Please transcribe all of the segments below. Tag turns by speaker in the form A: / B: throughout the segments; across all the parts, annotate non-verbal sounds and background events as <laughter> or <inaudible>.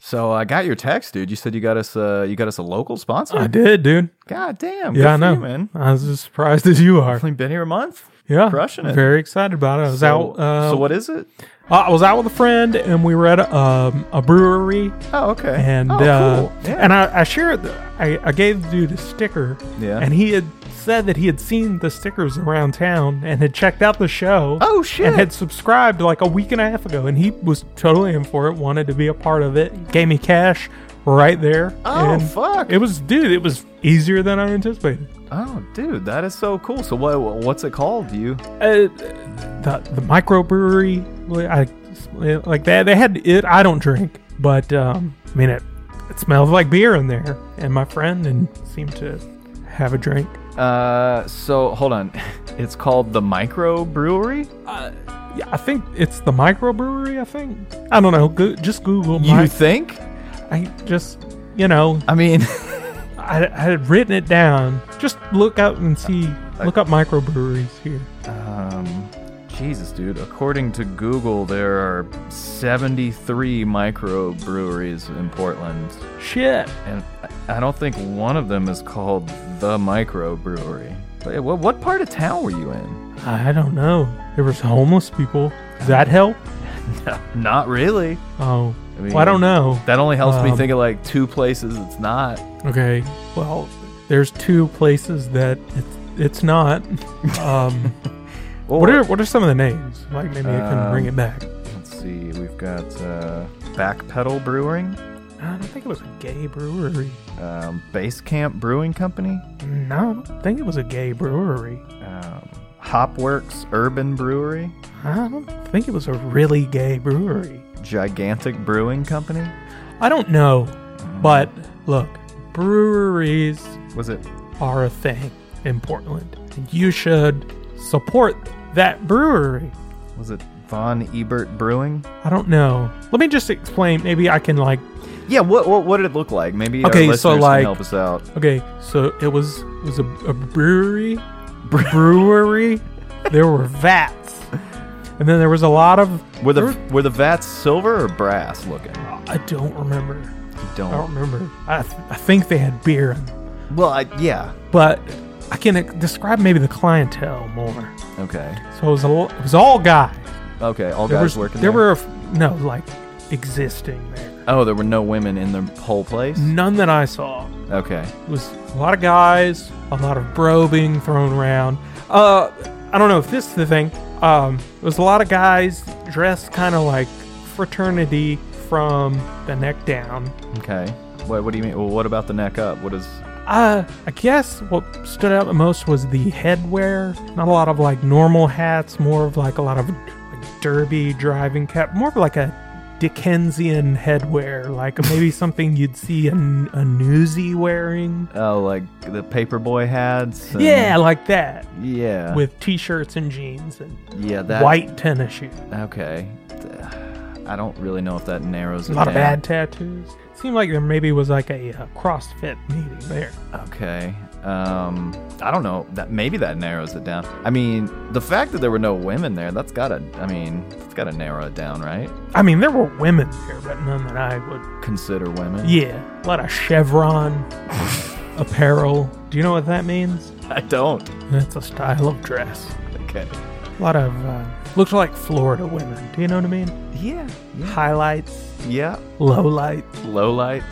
A: So I got your text, dude. You said you got us uh you got us a local sponsor.
B: I did, dude.
A: God damn. good
B: Yeah, I
A: for
B: know.
A: you, man.
B: I was as surprised as you
A: <laughs>
B: are.
A: Only been here a month.
B: Yeah,
A: Crushing it.
B: Very excited about it. I was
A: So-
B: out. Uh,
A: so what is it?
B: I was out with a friend, and we were at a, um, a brewery,
A: Oh, okay.
B: and
A: oh,
B: uh,
A: cool. yeah.
B: and I, I shared. The, I, I gave the dude a sticker,
A: Yeah.
B: and he had said that he had seen the stickers around town and had checked out the show.
A: oh shit.
B: And had subscribed like a week and a half ago, and he was totally in for it. Wanted to be a part of it. Gave me cash right there.
A: oh
B: and
A: fuck.
B: It was, dude. It was easier than I anticipated.
A: oh, dude, that is so cool. So what what's it called? Do you?
B: uh, the the microbrewery, I like that. They had it. I don't drink, but um, I mean it. It smelled like beer in there, and my friend and seemed to have a drink.
A: Uh, so hold on. <laughs> It's called the Micro Brewery.
B: Yeah, I think it's the microbrewery. I think I don't know. Go, just Google.
A: You
B: mic-
A: think?
B: I just you know
A: I mean, <laughs>
B: I, I had written it down. Just look up and see. Look up microbreweries here.
A: um, Jesus, dude. According to Google, there are 73 micro breweries in Portland,
B: Shit.
A: and I I don't think one of them is called the Micro Brewery. But yeah, what, what part of town were you in?
B: <laughs> I don't know. There was homeless people. Does that help?
A: Not really.
B: Oh,
A: I mean-
B: well, I don't know.
A: That only helps me
B: Um,
A: think of like two places it's not.
B: Okay. Well, there's two places that it's, it's not. Um,
A: Well,
B: what are what are some of the names? Like maybe I can bring
A: Um,
B: it back.
A: Let's see. We've got uh, Backpedal Brewing,
B: I don't think it was a gay brewery.
A: um, Base Camp Brewing Company,
B: No, I don't think it was a gay brewery.
A: um, Hopworks Urban Brewery,
B: I don't think it was a really gay brewery.
A: Gigantic Brewing Company.
B: I don't know, but look, breweries
A: Was it?
B: are a thing in Portland, and you should support that brewery.
A: Was it Von Ebert Brewing?
B: I don't know. Let me just explain. Maybe I can like
A: Yeah. What What, what did it look like? Maybe
B: Okay,
A: our
B: so,
A: listeners
B: like-
A: can help us out.
B: Okay, so it was it was a, a brewery, brewery. There were vats, and then there was a lot of.
A: Were the
B: there
A: Were the vats silver or brass looking?
B: were- I don't remember.
A: You
B: I
A: don't.
B: don't remember. I, th- I think they had beer, in them.
A: Well, I, yeah.
B: but I can uh, describe maybe the clientele more.
A: Okay.
B: So it was a, l- it was all guys.
A: Okay. All
B: There
A: guys
B: was
A: working.
B: there
A: there
B: were a f- no like existing there.
A: Oh, there were no women in the whole place.
B: None that I saw.
A: Okay.
B: It was a lot of guys, a lot of bro being thrown around. Uh, I don't know if this is the thing. Um, it was a lot of guys dressed kind of like fraternity from the neck down.
A: Okay. What, what do you mean? Well, what about the neck up? What is?
B: Uh, I guess what stood out the most was the headwear. Not a lot of like normal hats, more of like a lot of like derby driving cap, more of like a Dickensian headwear, like maybe something you'd see a, a newsie wearing.
A: Oh, like the paperboy hats. and-
B: Yeah, like that.
A: Yeah.
B: with t-shirts and jeans and
A: yeah that
B: white tennis shoes.
A: Okay. I don't really know if that narrows
B: A
A: it
B: lot of
A: down.
B: bad tattoos. seemed like there maybe was like a uh, CrossFit meeting there.
A: Okay. Um, I don't know. That maybe that narrows it down. I mean, the fact that there were no women there, that's gotta. I mean, it's gotta narrow it down, right?
B: I mean, there were women there, but none that I would.
A: Consider women.
B: Yeah, a lot of chevron apparel. Do you know what that means?
A: I don't.
B: That's a style of dress.
A: Okay.
B: A lot of uh, looks like Florida women. Do you know what I mean?
A: Yeah. Yeah.
B: Highlights,
A: yeah.
B: lowlights.
A: Low lights.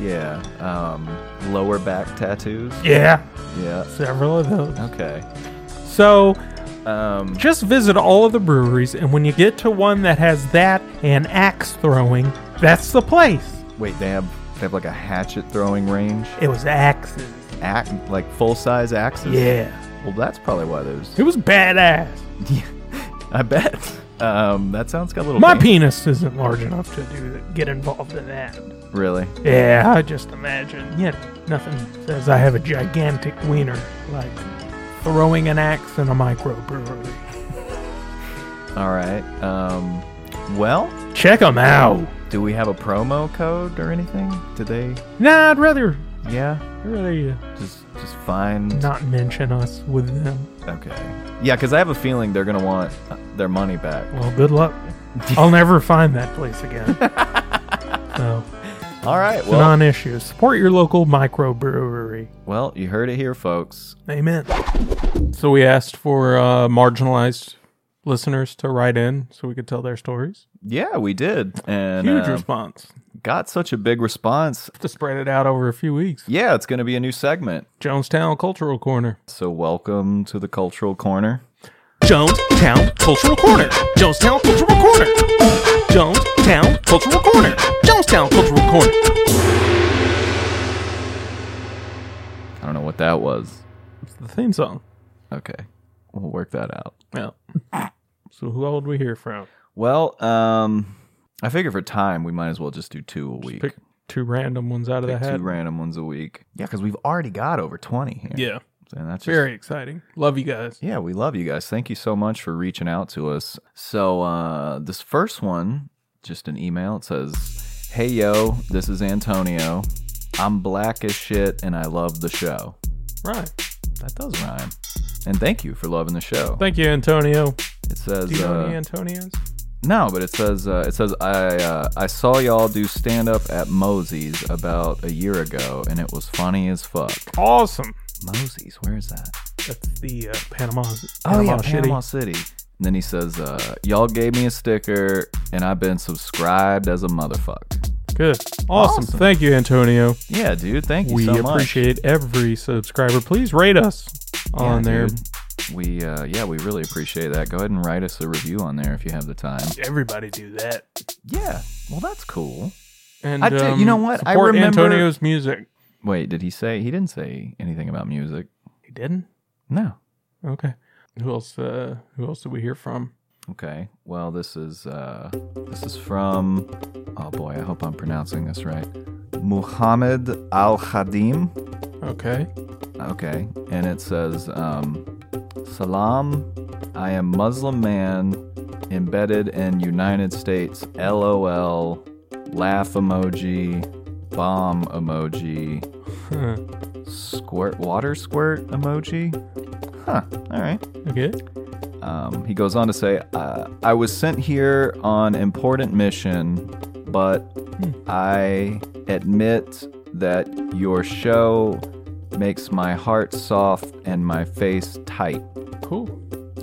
A: Yeah. Um, lower back tattoos.
B: Yeah,
A: Yeah.
B: several of those.
A: Okay.
B: So
A: Um,
B: Just visit all of the breweries, and when you get to one that has that and axe throwing, that's the place.
A: wait, they have they have like a hatchet throwing range,
B: It was axes.
A: act like full size axes.
B: Yeah.
A: Well, that's probably why there's.
B: It was badass.
A: Yeah, <laughs> I bet. Um, that sounds got a little.
B: My
A: dang-
B: penis isn't large enough to do that, get involved in that.
A: Really?
B: Yeah, I just imagine. Yeah, nothing says I have a gigantic wiener like throwing an axe in a microbrewery.
A: All right. Um, well,
B: Check 'em out.
A: do we have a promo code or anything? Do they?
B: Nah, I'd rather,
A: Yeah.
B: I'd rather
A: Just just find.
B: you not mention us with them.
A: Okay. Yeah, because I have a feeling they're gonna want uh, their money back.
B: <laughs> Well, good luck. I'll never find that place again. so.
A: All right.
B: It's
A: Well,
B: a non-issue. Support your local microbrewery.
A: well, you heard it here, folks.
B: Amen. So we asked for uh, marginalized listeners to write in so we could tell their stories.
A: Yeah, we did, and
B: Huge
A: um,
B: response.
A: got such a big response.
B: To spread it out over a few weeks.
A: Yeah, it's going to be a new segment.
B: Jonestown Cultural Corner.
A: So, welcome to the cultural corner.
B: Jonestown Cultural Corner. Jonestown Cultural Corner. Jonestown Cultural Corner. Jonestown Cultural Corner.
A: I don't know what that was.
B: It's the theme song.
A: Okay, we'll work that out.
B: <laughs> Yeah. So who all would we hear from?
A: Well, um, I figure for time, we might as well just do two a week.
B: Pick two random ones out of
A: Pick
B: the
A: two
B: hat.
A: random ones a week. Yeah, because we've already got over twenty here.
B: yeah.
A: and that's just,
B: Very exciting. Love you guys.
A: Yeah, we love you guys. Thank you so much for reaching out to us. So, uh, this first one, just an email, it says, Hey, yo, this is Antonio. I'm black as shit and I love the show.
B: Right.
A: That does rhyme. And thank you for loving the show.
B: Thank you, Antonio.
A: It says,
B: Do you know any
A: uh,
B: Antonios?
A: no, but it says, uh, it says, I, uh, I saw y'all do stand up at Mosey's about a year ago and it was funny as fuck.
B: Awesome.
A: Mosey's, where is that?
B: That's the uh, Panama.
A: Oh yeah,
B: Panama City.
A: Panama City. And then he says, uh, "Y'all gave me a sticker, and I've been subscribed as a motherfucker."
B: Good. Awesome.
A: Awesome.
B: Thank you, Antonio.
A: Yeah, dude. Thank you
B: We
A: so much.
B: appreciate every subscriber. Please rate us
A: Yeah,
B: on there.
A: dude. We uh, yeah, we really appreciate that. Go ahead and write us a review on there if you have the time.
B: Everybody do that.
A: Yeah. Well, that's cool.
B: And
A: I did-
B: um,
A: you know what? I
B: Support
A: remember-
B: Antonio's music.
A: Wait, did he say he didn't say anything about music?
B: He didn't.
A: No.
B: Okay. Who else? Uh, who else did we hear from?
A: Okay. Well, this is uh, this is from. Oh boy, I hope I'm pronouncing this right. Muhammad Al Khadim.
B: Okay. <laughs>
A: Okay. And it says, um, Salam, I am Muslim man embedded in United States. LOL, laugh emoji, bomb emoji,
B: Huh.
A: squirt, water squirt emoji. Huh. All right.
B: Okay.
A: Um, he goes on to say, uh, I was sent here on important mission, but
B: Hmm.
A: I admit that your show makes my heart soft and my face tight.
B: Cool.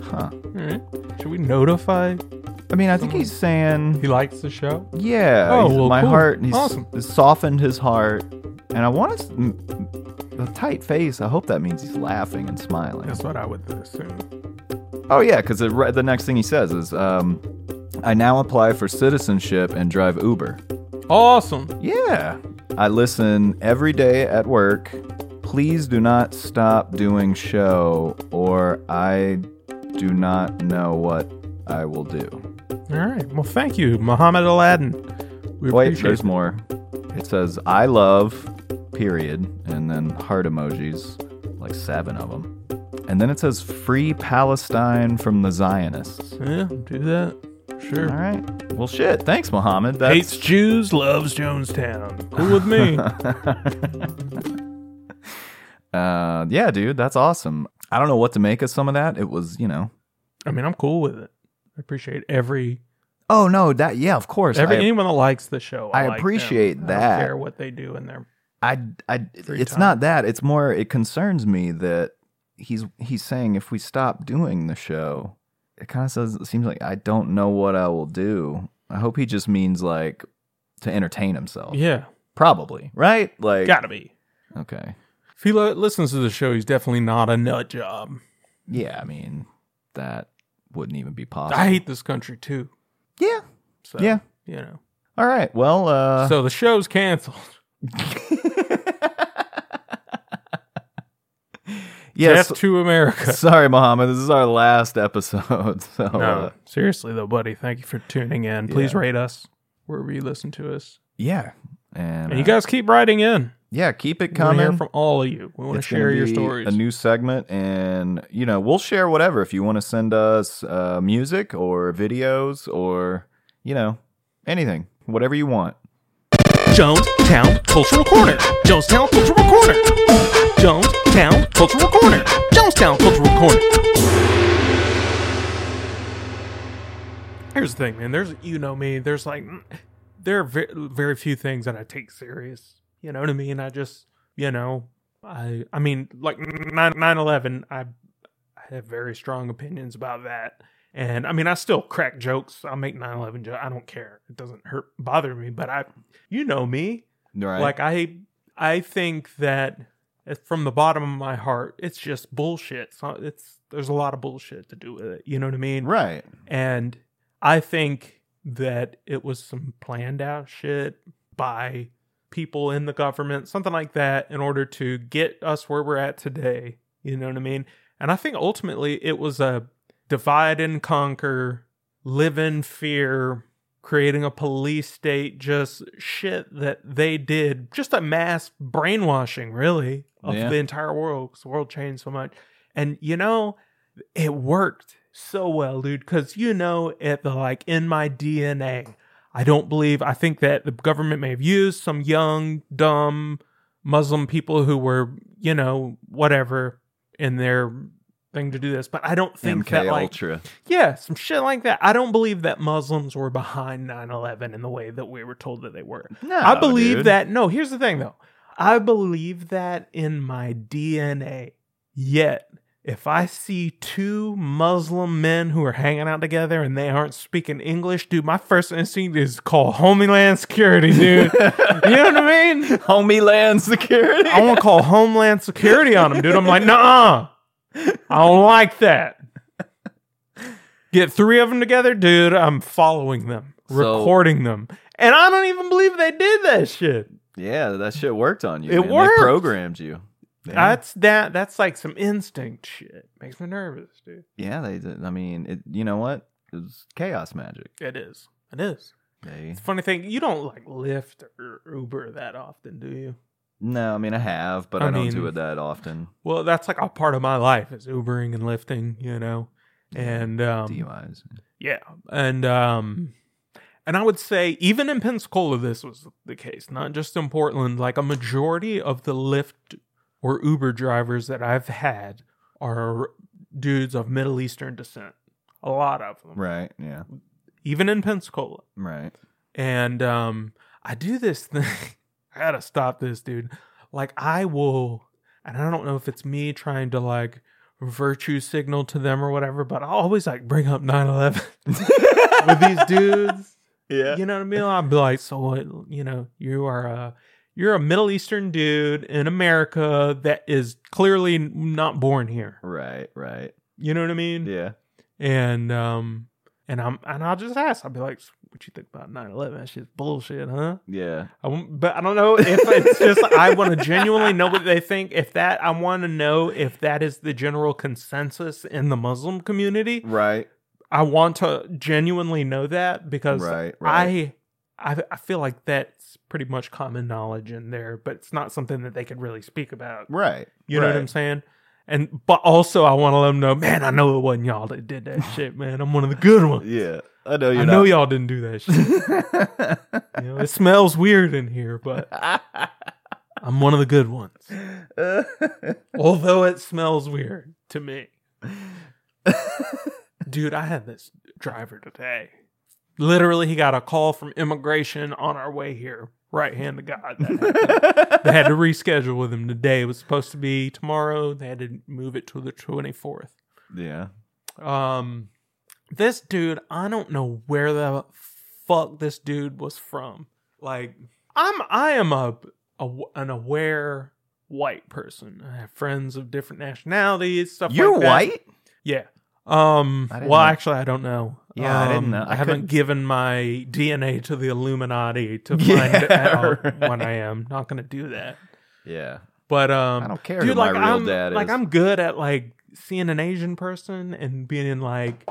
A: Huh.
B: All right. Should we notify?
A: I mean, I think he's saying,
B: He likes the show.
A: yeah,
B: Hmm. Oh,
A: he's-
B: well,
A: my
B: cool.
A: heart, he's
B: Awesome.
A: softened his heart. And I want to, the tight face, I hope that means he's laughing and smiling.
B: That's what I would assume.
A: Oh yeah, because the, re- the next thing he says is, um, "I now apply for citizenship and drive Uber."
B: Awesome.
A: Yeah, I listen every day at work. Please do not stop doing show, or I do not know what I will do.
B: All right. Well, thank you, Muhammad Aladdin. We
A: Wait,
B: appreciate
A: there's more. It says, "I love," period, and then heart emojis, like seven of them, and then it says, "Free Palestine from the Zionists."
B: Yeah, do that. Sure.
A: All right. Well, shit. Thanks, Mohammed. That's
B: Hates Jews, loves Jonestown. Cool with me.
A: <laughs> Uh, yeah, dude, that's awesome. I don't know what to make of some of that. It was, you know.
B: I mean, I'm cool with it. I appreciate every
A: Oh no, that yeah, of course.
B: every
A: I,
B: anyone that likes the show.
A: I
B: like them.
A: appreciate
B: I don't
A: that.
B: care what they do in there.
A: I, I-
B: Free
A: it's
B: time.
A: not that. It's more. It concerns me that he's he's saying if we stop doing the show, it kind of says it seems like I don't know what I will do. I hope he just means like to entertain himself.
B: Yeah,
A: Probably right. Like
B: gotta be.
A: okay.
B: If he lo- listens to the show, he's definitely not a nut job.
A: Yeah, I mean that wouldn't even be possible.
B: I hate this country too.
A: yeah.
B: So,
A: Yeah.
B: you know.
A: All right. Well. uh
B: so the show's canceled.
A: <laughs> Yes.
B: Death to America.
A: Sorry, Mohammed. This is our last episode. <laughs> So,
B: No,
A: uh,
B: seriously though, buddy. Thank you for tuning in. Please
A: Yeah.
B: rate us wherever you listen to us,
A: yeah. And,
B: and you
A: uh,
B: guys keep writing in.
A: yeah, keep it
B: We want to hear
A: coming.
B: from all of you. We want to
A: It's gonna
B: share your
A: be
B: stories.
A: A new segment, and you know, we'll share whatever. If you want to send us uh, music or videos or you know anything, whatever you want.
B: Jonestown Cultural Corner. Jonestown Cultural Corner. Jonestown Cultural Corner. Jonestown Cultural Corner. Here's the thing, man. There's you know me. There's like mm, there are very, very few things that I take serious. You know what I mean? I just, you know, I I mean, like 9 11, I, I have very strong opinions about that. And I mean, I still crack jokes. I make 9 11 jokes. I don't care. It doesn't hurt, bother me. But I, you know me.
A: Right.
B: Like, I, I think that from the bottom of my heart, it's just bullshit. So it's, there's a lot of bullshit to do with it. You know what I mean?
A: right.
B: And I think that it was some planned out shit by people in the government, something like that, in order to get us where we're at today. You know what I mean? And I think ultimately it was a divide and conquer, live in fear, creating a police state, just shit that they did, just a mass brainwashing, really, of
A: Yeah.
B: the entire world because the world changed so much. And, you know, it worked so well, dude. Because you know, at the like in my DNA, I don't believe. I think that the government may have used some young, dumb Muslim people who were, you know, whatever in their thing to do this. But I don't think
A: MK
B: that like
A: Ultra.
B: yeah, some shit like that. I don't believe that Muslims were behind 9/11 in the way that we were told that they were.
A: No,
B: I believe
A: dude.
B: that. No, here's the thing though. I believe that in my DNA. Yet, if I see two Muslim men who are hanging out together and they aren't speaking English, dude, my first instinct is call Homeland
A: <laughs>
B: Security, dude. you know what I mean?
A: Homie land security.
B: <laughs> I want to call Homeland Security on them, dude. I'm like, nah, I don't like that. Get three of them together, dude. I'm following them,
A: So-
B: recording them, and I don't even believe they did that shit.
A: yeah, that shit worked on you.
B: It
A: man. They
B: worked.
A: programmed you. Yeah.
B: That's that. That's like some instinct shit. Makes me nervous, dude.
A: Yeah, they did. I mean, it, you know what? It was chaos magic.
B: It is. It is.
A: They,
B: It's a funny thing. You don't like Lyft or Uber that often, do you?
A: no, I mean, I have, but I,
B: I
A: don't
B: mean-
A: do it that often.
B: Well, that's like a part of my life is Ubering and lifting, you know. And um,
A: DUIs.
B: Yeah, and um, and I would say even in Pensacola, this was the case, not just in Portland. Like a majority of the Lyft or Uber drivers that I've had are dudes of Middle Eastern descent. A lot of them,
A: Right. Yeah.
B: even in Pensacola
A: Right.
B: and um i do this thing <laughs> i gotta stop this dude like i will and i don't know if it's me trying to like virtue signal to them or whatever but i always like bring up 9-11 <laughs> <laughs> with these dudes
A: <laughs> Yeah.
B: you know what i mean i'll be like so what you know you are a you're a middle eastern dude in america that is clearly not born here
A: Right. Right.
B: you know what i mean
A: Yeah.
B: and um and i'm and i'll just ask i'll be like what you think about 9-11 that shit's bullshit huh
A: Yeah.
B: I won't- but I don't know if it's just
A: <laughs>
B: I want to genuinely know what they think. If that, I want to know if that is the general consensus in the Muslim community.
A: Right.
B: I want to genuinely know that because
A: Right. Right.
B: I, I, I feel like that's pretty much common knowledge in there, but it's not something that they could really speak about.
A: right.
B: You know what
A: right.
B: I'm saying? And but also, I want to let them know, man. I know it wasn't y'all that
A: <laughs>
B: did that shit, man. I'm one of the good ones.
A: Yeah. I know you're
B: I know y'all <laughs> didn't do that shit.
A: not.
B: You know, it smells weird in here,
A: <laughs>
B: but I'm one of the good ones. Although it smells weird to me. Dude, I had this driver today. Literally, he got a call from immigration on our way here. Right hand to God. That happened. they had to reschedule with him today. It was supposed to be tomorrow. They had to move it to the 24th.
A: <laughs> yeah.
B: Um, this dude, I don't know where the fuck this dude was from. Like, I'm I am a, a an aware white person. I have friends of different nationalities, stuff.
A: You're
B: like that.
A: white?
B: Yeah. Um.
A: I
B: Well,
A: didn't know.
B: actually, I don't know.
A: Yeah, I didn't
B: Um,
A: know. I
B: I, haven't
A: couldn't-
B: given my DNA to the
A: <laughs>
B: Illuminati to find
A: Yeah,
B: out
A: right.
B: when I am. Not going to do that.
A: Yeah.
B: But um,
A: I don't care who
B: dude, like
A: my real
B: I'm
A: dad
B: like
A: is.
B: I'm good at like seeing an Asian person and being in like,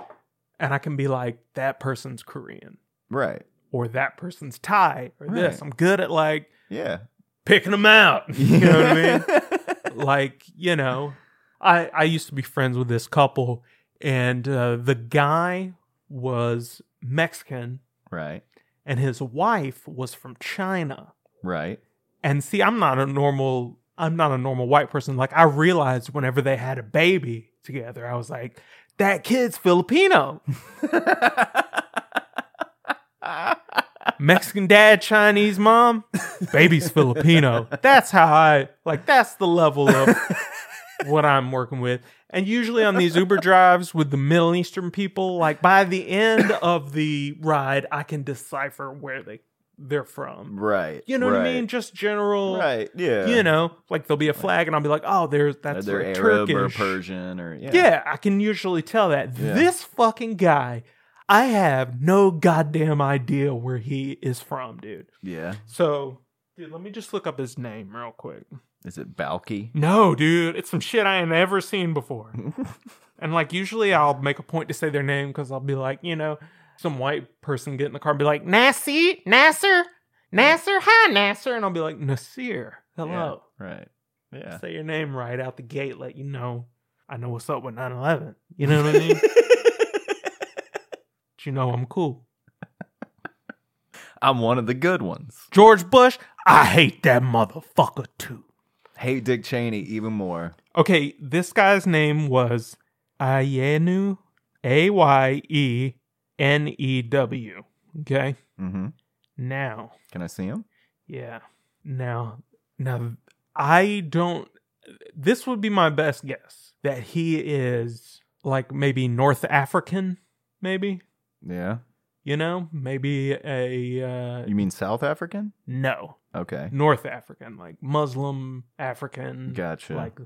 B: and I can be like that person's Korean
A: right.
B: or that person's Thai or this.
A: Right.
B: I'm good at like
A: Yeah.
B: picking them out. <laughs> You know what I mean? like you know i i used to be friends with this couple and uh, the guy was mexican
A: <laughs> right.
B: and his wife was from china
A: Right.
B: and see i'm not a normal i'm not a normal white person like i realized whenever they had a baby together i was like that kid's filipino Mexican dad, Chinese mom, baby's Filipino. That's how I like. That's the level of what I'm working with. And usually on these Uber drives with the Middle Eastern people, like by the end of the ride, I can decipher where they they're from.
A: Right.
B: You know what I
A: right,
B: mean? Just general.
A: Right. Yeah.
B: You know, like there'll be a flag, and I'll be like, "Oh, there's that's
A: Either
B: like
A: Arab
B: Turkish
A: or Persian or yeah.
B: yeah, I can usually tell that.
A: Yeah.
B: This fucking guy, I have no goddamn idea where he is from, dude.
A: Yeah.
B: So, dude, let me just look up his name real quick.
A: Is it Balky?
B: No, dude, it's some shit I ain't ever
A: <laughs>
B: seen before. and like, usually I'll make a point to say their name because I'll be like, you know, some white person get in the car and be like, Nasir, Nasser, Nasser, hi, Nasser. And I'll be like, Nasir, hello.
A: Right. Yeah.
B: Say your name right out the gate, let you know I know what's up with 9 11. You know what
A: <laughs>
B: I mean? But you know I'm cool.
A: I'm one of the good ones.
B: George Bush, I hate that motherfucker too.
A: Hate Dick Cheney even more.
B: Okay, this guy's name was Ayenu, A Y E N E W. Okay,
A: Mm-hmm.
B: now,
A: Can I see him?
B: yeah, now, now, I don't. This would be my best guess that he is like maybe North African, maybe
A: Yeah.
B: you know, maybe a uh,
A: You mean South African?
B: no
A: Okay.
B: North African, like Muslim African.
A: Gotcha.
B: Mm-hmm. like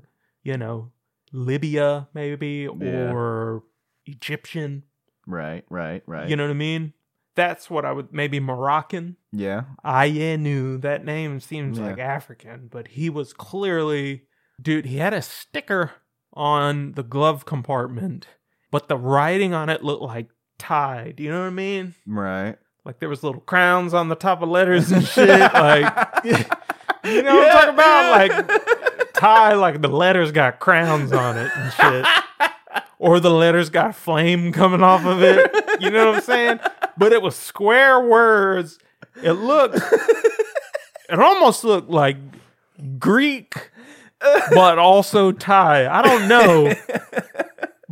B: you know Libya maybe
A: Yeah.
B: or Egyptian.
A: right. Right. Right.
B: You know what I mean? That's what I would maybe Moroccan.
A: Yeah.
B: I knew that name seems
A: Yeah.
B: like African, but he was clearly dude. He had a sticker on the glove compartment, but the writing on it looked like Thai. Do you know what I mean?
A: Right.
B: Like there was little crowns on the top of letters and
A: <laughs>
B: shit. like You know what I'm talking about? Thai, like the letters got crowns on it and shit. or the letters got flame coming off of it. You know what I'm saying? But it was square words. It looked, it almost looked like Greek, but also Thai. I don't know,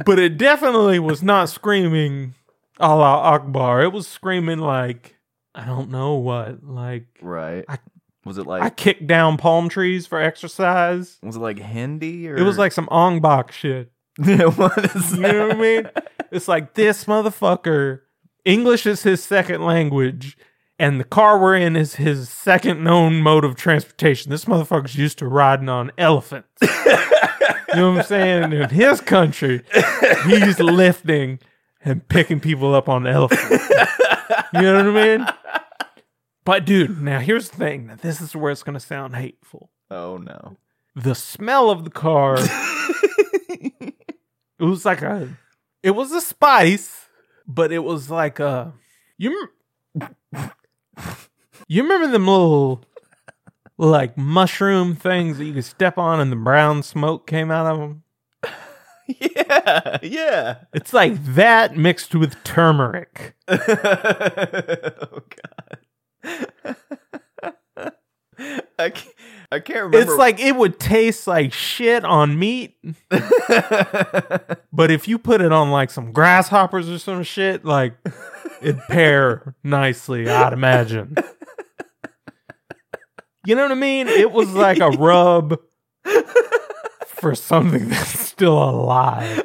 B: but it definitely was not screaming Allah Akbar. It was screaming like, I don't know what, like,
A: Right.
B: I-
A: was it
B: I
A: like
B: kicked down palm trees for exercise.
A: was it like Hindi or
B: It was like some Ong Bak shit. <laughs>
A: what is
B: You know what I mean? It's like this motherfucker. English is his second language, and the car we're in is his second known mode of transportation. This motherfucker's used to riding on elephants. you know what I'm saying? In his country, he's lifting and picking people up on elephants. You know what I mean? But dude, now here's the thing. Now this is where it's gonna sound hateful.
A: Oh no.
B: The smell of the car. It was like a, it was a spice, but it was like a, you, rem- you remember them little, like mushroom things that you could step on and the brown smoke came out of them.
A: <laughs> yeah. Yeah. <laughs>
B: It's like that mixed with turmeric.
A: oh god. <laughs> I can't, I can't remember.
B: It's like it would taste like shit on meat, but if you put it on like some grasshoppers or some shit, like it'd pair nicely, I'd imagine. You know what I mean? It was like a rub for something that's still alive.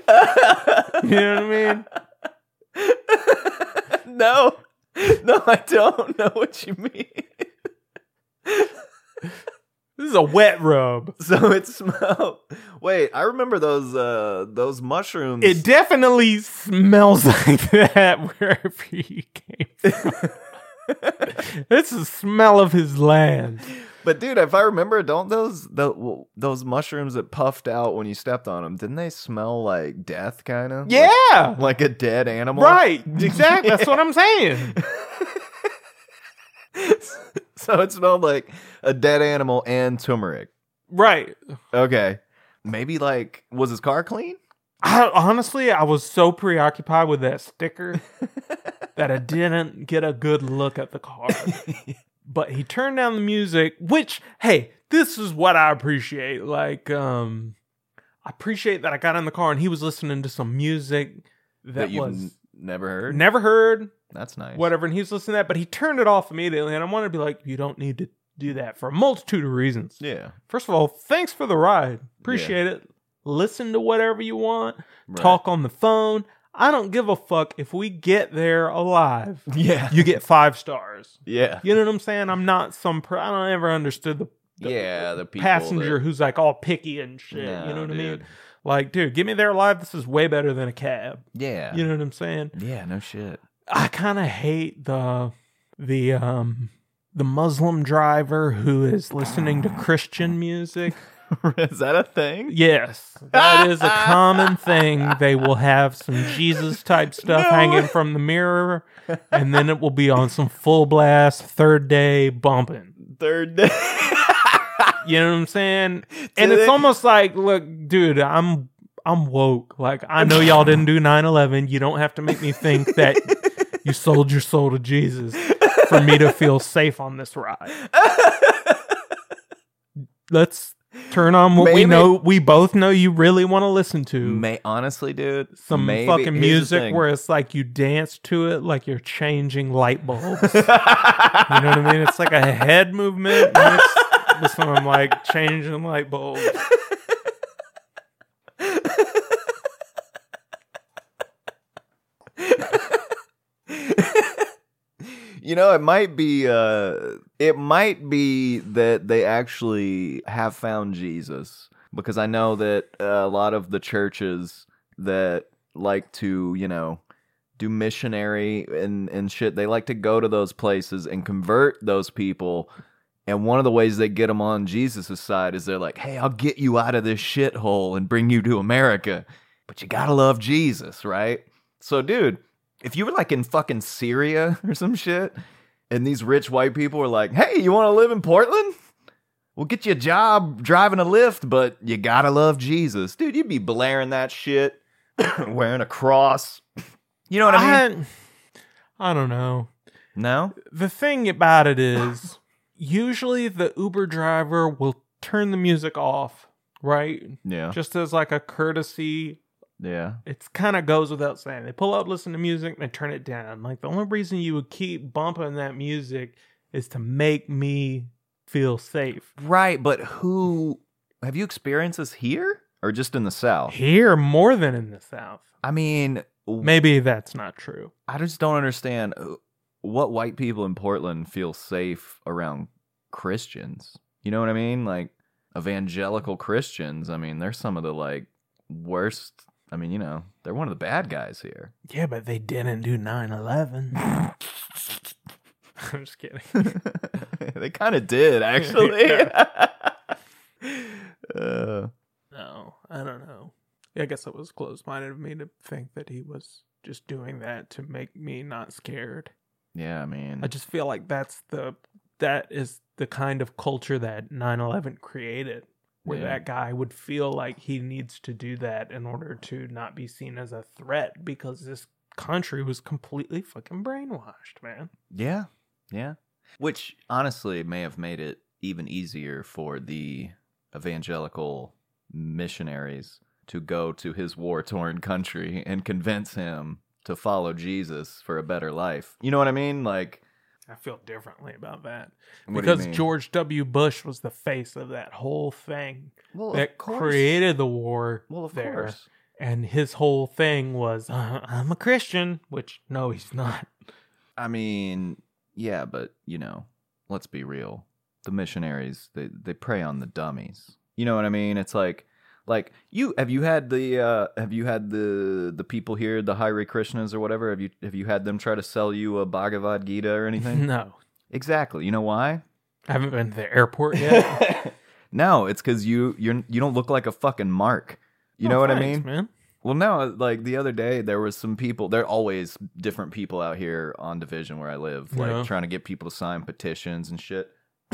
B: You know what I mean?
A: <laughs> no. No, I don't know what you mean. <laughs>
B: This is a wet rub.
A: So it smelled. Wait, I remember those uh those mushrooms.
B: It definitely smells <laughs> like that wherever he came from. it's the smell of his land.
A: But dude, if I remember, don't those the, those mushrooms that puffed out when you stepped on them? Didn't they smell like death, kind of?
B: Yeah.
A: <laughs> like, like a dead animal.
B: Right. Exactly. That's what I'm saying.
A: <laughs> so it smelled like a dead animal and turmeric.
B: Right.
A: Okay, maybe like was his car clean?
B: I honestly I was so preoccupied with
A: <laughs>
B: that sticker that I didn't get a good look at the car. but he turned down the music, which hey, this is what I appreciate. Like um I appreciate that I got in the car and he was listening to some music that,
A: you've
B: was
A: n- Never heard.
B: Never heard,
A: That's nice.
B: whatever. And he was listening to that, but he turned it off immediately. And I wanted to be like, you don't need to do that for a multitude of reasons.
A: Yeah.
B: First of all, thanks for the ride. Appreciate it. Listen to whatever you want.
A: right.
B: Talk on the phone. I don't give a fuck if we get there alive.
A: <laughs> Yeah.
B: You get five stars.
A: Yeah.
B: <laughs> You know what I'm saying? I'm not some. Pr- I don't ever understood the, the
A: yeah. The people
B: passenger
A: that-
B: who's like all picky and shit. you know
A: No,
B: what I
A: dude.
B: mean? Like, dude, get me there alive. This is way better than a cab.
A: Yeah.
B: You know what I'm saying?
A: yeah. No
B: <laughs>
A: shit.
B: I kind of hate the the um the Muslim driver who is listening to Christian music.
A: Is that a thing?
B: Yes, that is a common thing. They will have some Jesus type stuff
A: No.
B: hanging from the mirror, and then it will be on some full blast third day bumping.
A: Third day. <laughs>
B: You know what I'm saying? And
A: Do
B: it's
A: they-
B: almost like, look, dude, I'm I'm woke. Like I know y'all didn't do 9/11. You don't have to make me think that you sold your soul to Jesus for me to feel safe on this ride. Let's turn on what we
A: Maybe-
B: know we both know you really want to listen to.
A: May honestly, dude.
B: some
A: maybe-
B: fucking
A: here's the
B: music
A: thing. <laughs>
B: where it's like you dance to it like you're changing light bulbs. you know what I mean? It's like a head movement mixed with some like changing light bulbs.
A: you know, it might be uh it might be that they actually have found Jesus because I know that uh, a lot of the churches that like to, you know, do missionary and and shit, they like to go to those places and convert those people. And one of the ways they get them on Jesus' side is they're like, "Hey, I'll get you out of this shithole and bring you to America." But you got to love Jesus, right? So, dude, if you were like in fucking Syria <laughs> or some shit, and these rich white people were like, hey, you want to live in Portland? We'll get you a job driving a lift, but you gotta love Jesus. Dude, you'd be blaring that shit, <coughs> wearing a cross. You know what I mean?
B: I, I don't know.
A: no?
B: The thing about it is, usually the Uber driver will turn the music off, right?
A: Yeah.
B: Just as like a courtesy.
A: Yeah.
B: It's kind of goes without saying. They pull up, listen to music, and they turn it down. Like the only reason you would keep bumping that music is to make me feel safe.
A: Right, but who have you experienced this here or just in the South?
B: Here more than in the South.
A: I mean,
B: Maybe that's not true.
A: I just don't understand uh, what white people in Portland feel safe around Christians. You know what I mean? Like evangelical Christians. I mean, they're some of the like worst. I mean, you know, they're one of the bad guys here. <laughs>
B: Yeah, but they didn't do 9 11. <laughs> I'm just kidding. <laughs>
A: they kind of did, actually. <laughs> uh,
B: No, I don't know. I guess it was closed minded of me to think that he was just doing that to make me not scared.
A: yeah, I mean,
B: I just feel like that's the that is the kind of culture that 9/11 created where
A: Yeah.
B: that guy would feel like he needs to do that in order to not be seen as a threat because this country was completely fucking brainwashed, man.
A: Yeah. Yeah. Which honestly may have made it even easier for the evangelical missionaries to go to his war torn country and convince him to follow Jesus for a better life. You know what I mean? Like,
B: I feel differently about that
A: what do you
B: because
A: mean?
B: George W. Bush was the face of that whole thing
A: well, of
B: that
A: course.
B: created the war.
A: Well, of
B: there.
A: course.
B: and his whole thing was uh, I'm a Christian, which no, he's not.
A: I mean, yeah, but you know, let's be real. The missionaries they they prey on the dummies. You know what I mean? It's like like you have you had the uh have you had the the people here the Hare Krishnas or whatever have you have you had them try to sell you a Bhagavad Gita or anything?
B: <laughs> No,
A: exactly. You know why?
B: I haven't been to the airport yet.
A: no, it's cuz you you're you don't look like a fucking mark. You know
B: Oh,
A: what I
B: thanks,
A: mean?
B: man?
A: Well, no, like the other day, there was some people. There are always different people out here on Division where I live, like
B: Yeah.
A: trying to get people to sign petitions and shit. <coughs>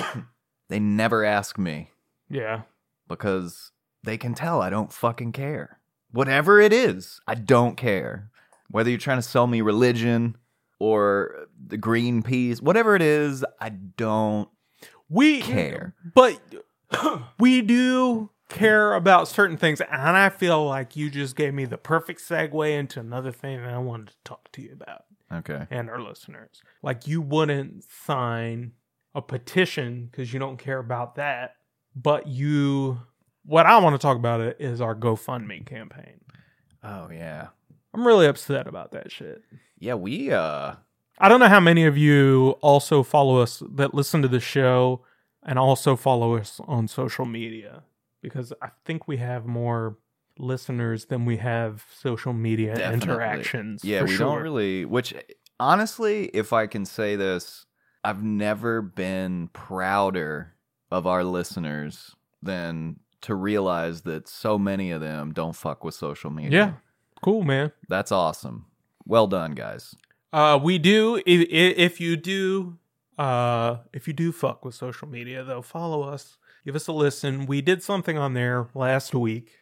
A: they never ask me
B: Yeah,
A: because they can tell I don't fucking care. Whatever it is, I don't care. Whether you're trying to sell me religion or the green peas, whatever it is, I don't
B: we
A: care.
B: but we do care about certain things, and I feel like you just gave me the perfect segue into another thing that I wanted to talk to you about
A: Okay.
B: and our listeners. Like, you wouldn't sign a petition because you don't care about that, but you. What I want to talk about it is our GoFundMe campaign.
A: Oh yeah.
B: I'm really upset about that shit.
A: Yeah, we uh
B: I don't know how many of you also follow us that listen to the show and also follow us on social media because I think we have more listeners than we have social media
A: Definitely.
B: interactions.
A: yeah,
B: for
A: we
B: sure.
A: don't really which honestly, if I can say this, I've never been prouder of our listeners than to realize that so many of them don't fuck with social media.
B: Yeah, cool, man.
A: That's awesome. Well done, guys.
B: Uh, we do. If, if you do, uh, if you do fuck with social media, though, follow us. Give us a listen. We did something on there last week.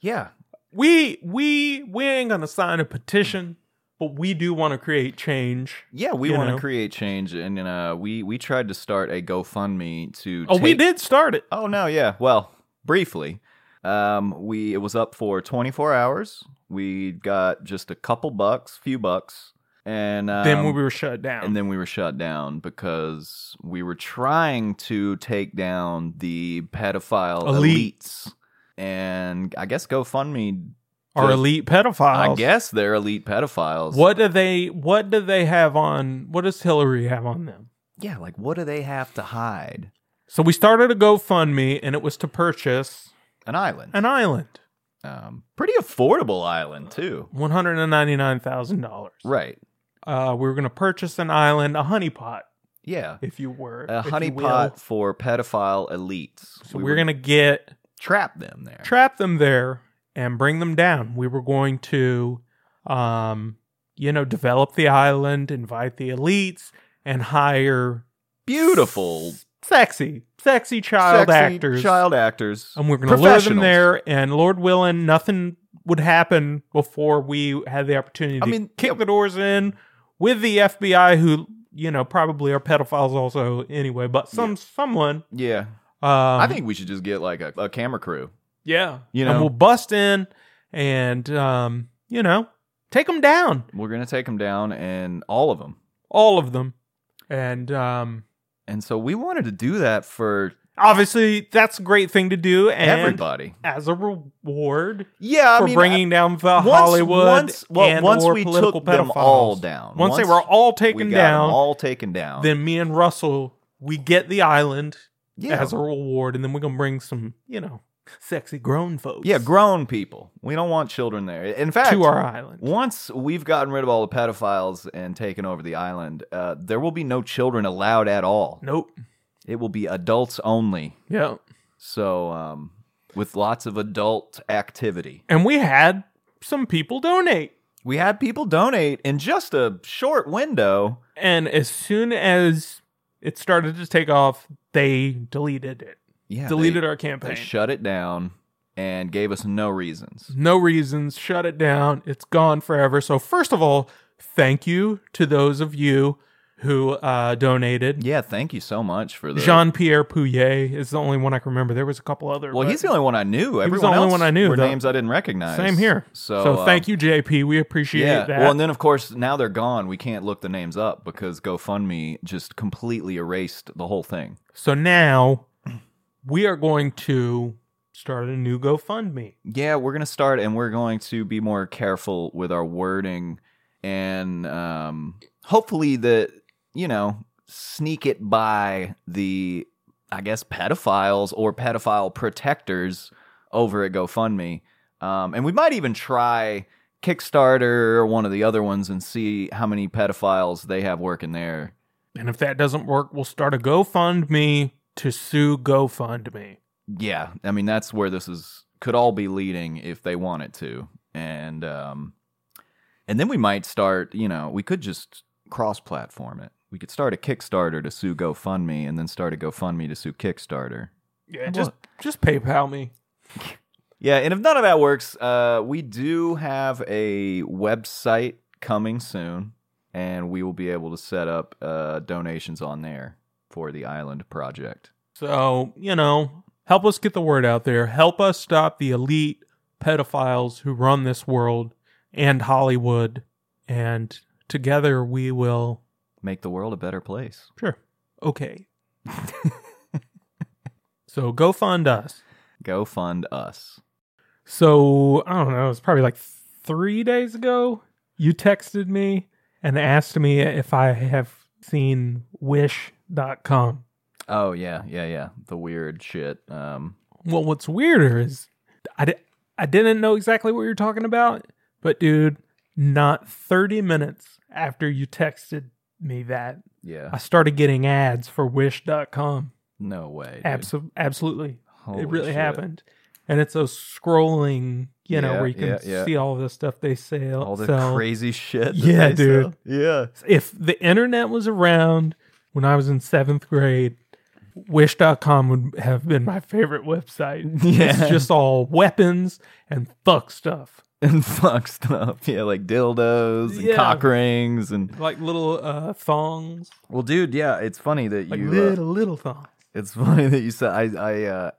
A: Yeah.
B: We we we ain't gonna sign a petition, but we do want to create change.
A: Yeah, we
B: You
A: want
B: know.
A: to create change and uh we we tried to start a GoFundMe to
B: Oh, we
A: take-
B: did start it.
A: Oh no, yeah. Well, briefly, um, we it was up for 24 hours. We got just a couple bucks, few bucks, and um,
B: then we were shut down.
A: and then we were shut down because we were trying to take down the pedophile
B: Elite.
A: elites, and I guess GoFundMe.
B: Our
A: just-
B: elite pedophiles.
A: I guess they're elite pedophiles.
B: What do they? What do they have on? What does Hillary have on them?
A: Yeah, like what do they have to hide?
B: So we started a GoFundMe, and it was to purchase
A: An island,
B: an island,
A: um, pretty affordable island too.
B: one hundred and ninety nine thousand dollars.
A: Right?
B: Uh, we were going to purchase an island, a honeypot,
A: Yeah.
B: if you were
A: a
B: if you will.
A: honeypot for pedophile elites.
B: So we were going to get
A: to trap them there.
B: trap them there and bring them down. We were going to, um, you know, develop the island, invite the elites, and hire
A: Beautiful
B: sexy, sexy child
A: sexy
B: actors.
A: child actors.
B: and we're going to lure them
A: professionals.
B: there. And Lord willing, nothing would happen before we had the opportunity.
A: I mean,
B: to kick the doors in with the FBI, who you know probably are pedophiles also anyway. But some someone, um,
A: yeah, I
B: Uh-huh.
A: think we should just get like a, a camera crew.
B: yeah,
A: you
B: and
A: know.
B: we'll bust in and um, you know take them down,
A: We're gonna take them down and all of them.
B: all of them, and um.
A: And so we wanted to do that for
B: Obviously, that's a great thing to do, and
A: everybody.
B: as a reward,
A: Yeah, I
B: for
A: mean, uh,
B: bringing down the
A: once-
B: Hollywood
A: once- well,
B: and
A: once
B: or
A: we
B: political
A: took them
B: pedophiles.
A: all down.
B: Once, they
A: Once
B: were all
A: we
B: taken
A: got 'em
B: down,
A: all taken down.
B: then me and Russell we get the island
A: yeah,
B: as a reward, and then we're gonna bring some you know sexy grown folks
A: yeah, grown people. We don't want children there. In fact,
B: to our island.
A: Once we've gotten rid of all the pedophiles and taken over the island, uh, there will be no children allowed at all.
B: Nope.
A: It will be adults only.
B: Yeah,
A: So, um, with lots of adult activity.
B: and we had some people donate,
A: We had people donate in just a short window.
B: and as soon as it started to take off, they deleted it,
A: Yeah.
B: deleted
A: they,
B: our
A: They
B: campaign.
A: shut it down and gave us no reasons.
B: no reasons, shut it down. It's gone forever. So, first of all, thank you to those of you who uh, donated.
A: Yeah, thank you so much for the
B: Jean Pierre Pouillet is the only one I can remember. There was a couple other.
A: Well,
B: but-
A: he's the only one I knew. Everyone
B: was the only
A: else
B: one I knew,
A: were
B: though.
A: names I didn't recognize.
B: same here.
A: So,
B: so
A: um,
B: thank you, JP. We appreciate
A: Yeah.
B: that.
A: Well, and then of course now they're gone. We can't look the names up because GoFundMe just completely erased the whole thing.
B: so now we are going to start a new GoFundMe.
A: Yeah, we're gonna start, and we're going to be more careful with our wording, and um, hopefully the you know sneak it by the I guess pedophiles or pedophile protectors over at GoFundMe, um, and we might even try. Kickstarter or one of the other ones and see how many pedophiles they have working there
B: And if that doesn't work, we'll start a GoFundMe to sue GoFundMe.
A: yeah i mean that's where this is could all be leading if they want it to and um and then we might start you know we could just cross platform it we could start a kickstarter to sue gofundme and then start a gofundme to sue kickstarter
B: Yeah, just just PayPal me.
A: yeah and if none of that works uh we do have a website coming soon and we will be able to set up uh donations on there for the island project
B: So, you know, Help us get the word out there. Help us stop the elite pedophiles who run this world and Hollywood. And together we will.
A: Make the world a better place.
B: Sure. Okay. <laughs> so go fund us.
A: Go fund us.
B: So I don't know. It's probably like three days ago. You texted me and asked me if I have seen Wish.com.
A: Oh yeah, yeah, yeah. The weird shit. Um,
B: Well, what's weirder is I, di- I didn't know exactly what you were talking about, but dude, not 30 minutes after you texted me that,
A: yeah.
B: I started getting ads for Wish.com.
A: No way. dude.
B: Abso- absolutely.
A: Holy
B: it really
A: shit.
B: happened. And it's those scrolling, you know,
A: Yeah,
B: where you can
A: yeah, yeah.
B: see all the stuff they sell.
A: All the
B: sell.
A: crazy shit. that
B: Yeah,
A: they
B: dude.
A: sell. Yeah. <laughs>
B: If the internet was around when I was in seventh grade, Wish.com would have been my favorite website.
A: Yeah.
B: It's just all weapons and fuck stuff.
A: and fuck stuff. Yeah, like dildos and
B: Yeah.
A: cock rings and
B: Like little uh thongs.
A: well, dude. Yeah, it's funny that
B: Like
A: you. uh,
B: little little thongs.
A: It's <laughs> funny that you said I I uh,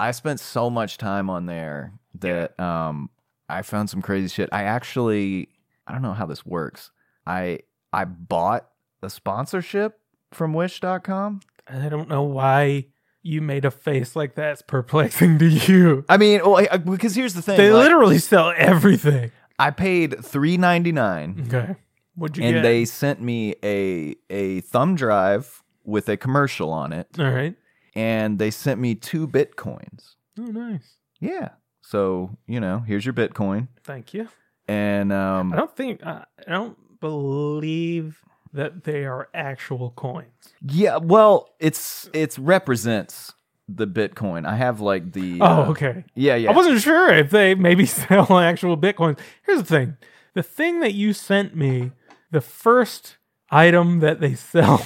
A: I spent so much time on there that um I found some crazy shit. I actually I don't know how this works. I I bought a sponsorship from wish.com.
B: I don't know why you made a face like that's perplexing to you.
A: I mean, well, I- I- because here's the thing.
B: They
A: like,
B: literally sell everything.
A: I paid
B: <laughs>
A: 3.99
B: Okay. What'd you
A: and
B: get?
A: they sent me a a thumb drive with a commercial on it
B: all right.
A: and they sent me two bitcoins.
B: Oh nice.
A: Yeah. So, you know, here's your bitcoin
B: Thank you.
A: and um
B: I don't think I I don't believe that they are actual coins.
A: Yeah, well, it's it's represents the Bitcoin. I have like the uh,
B: Oh, okay.
A: yeah yeah
B: I wasn't sure if they maybe <laughs> sell actual bitcoins. Here's the thing: the thing that you sent me, the first item that they <laughs> sell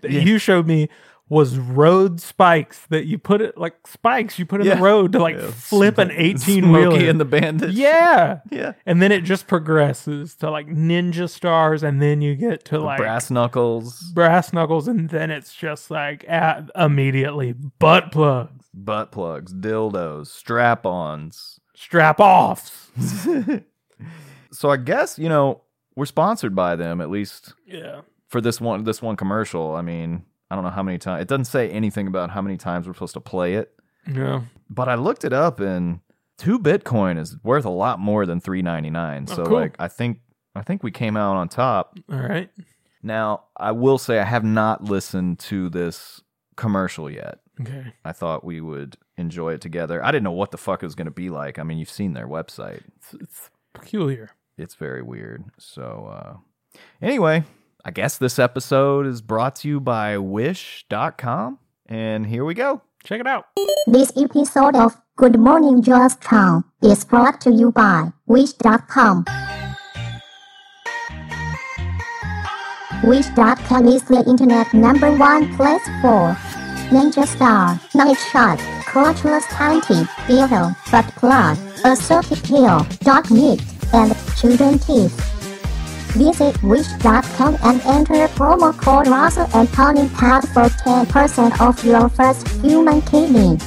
B: that
A: Yeah.
B: you showed me was road spikes that you put it like spikes you put in
A: Yeah.
B: the road to like
A: Yeah,
B: flip
A: <laughs>
B: an
A: Sm-
B: eighteen
A: Smokey
B: wheeler.
A: and the <laughs> Bandit.
B: yeah,
A: yeah.
B: and then it just progresses to like ninja stars, and then you get to like
A: Brass knuckles,
B: brass knuckles, and then it's just like at, immediately butt plugs,
A: butt plugs, dildos, strap-ons.
B: strap offs.
A: <laughs> so I guess you know we're sponsored by them at least
B: Yeah.
A: for this one this one commercial. I mean, I don't know how many times it doesn't say anything about how many times we're supposed to play it,
B: Yeah.
A: but I looked it up and two Bitcoin is worth a lot more than three ninety nine.
B: Oh,
A: So
B: cool.
A: like I think I think we came out on top.
B: All right.
A: Now I will say I have not listened to this commercial yet.
B: Okay.
A: I thought we would enjoy it together. I didn't know what the fuck it was going to be like. I mean, you've seen their website.
B: It's, it's peculiar.
A: It's very weird. So uh anyway, I guess this episode is brought to you by wish.com and here we go.
B: Check it out.
C: This episode of Good Morning Georgetown is brought to you by Wish.com. Wish.com is the internet number one place for Ninja Star, Night Shot, Crotchless Panty, Dildo, Butt Plug, Assertive Heel, Dog Meat, and Children Teeth. Visit wish.com and enter promo code Russell and Tony Pat for 10% off your first human kidney.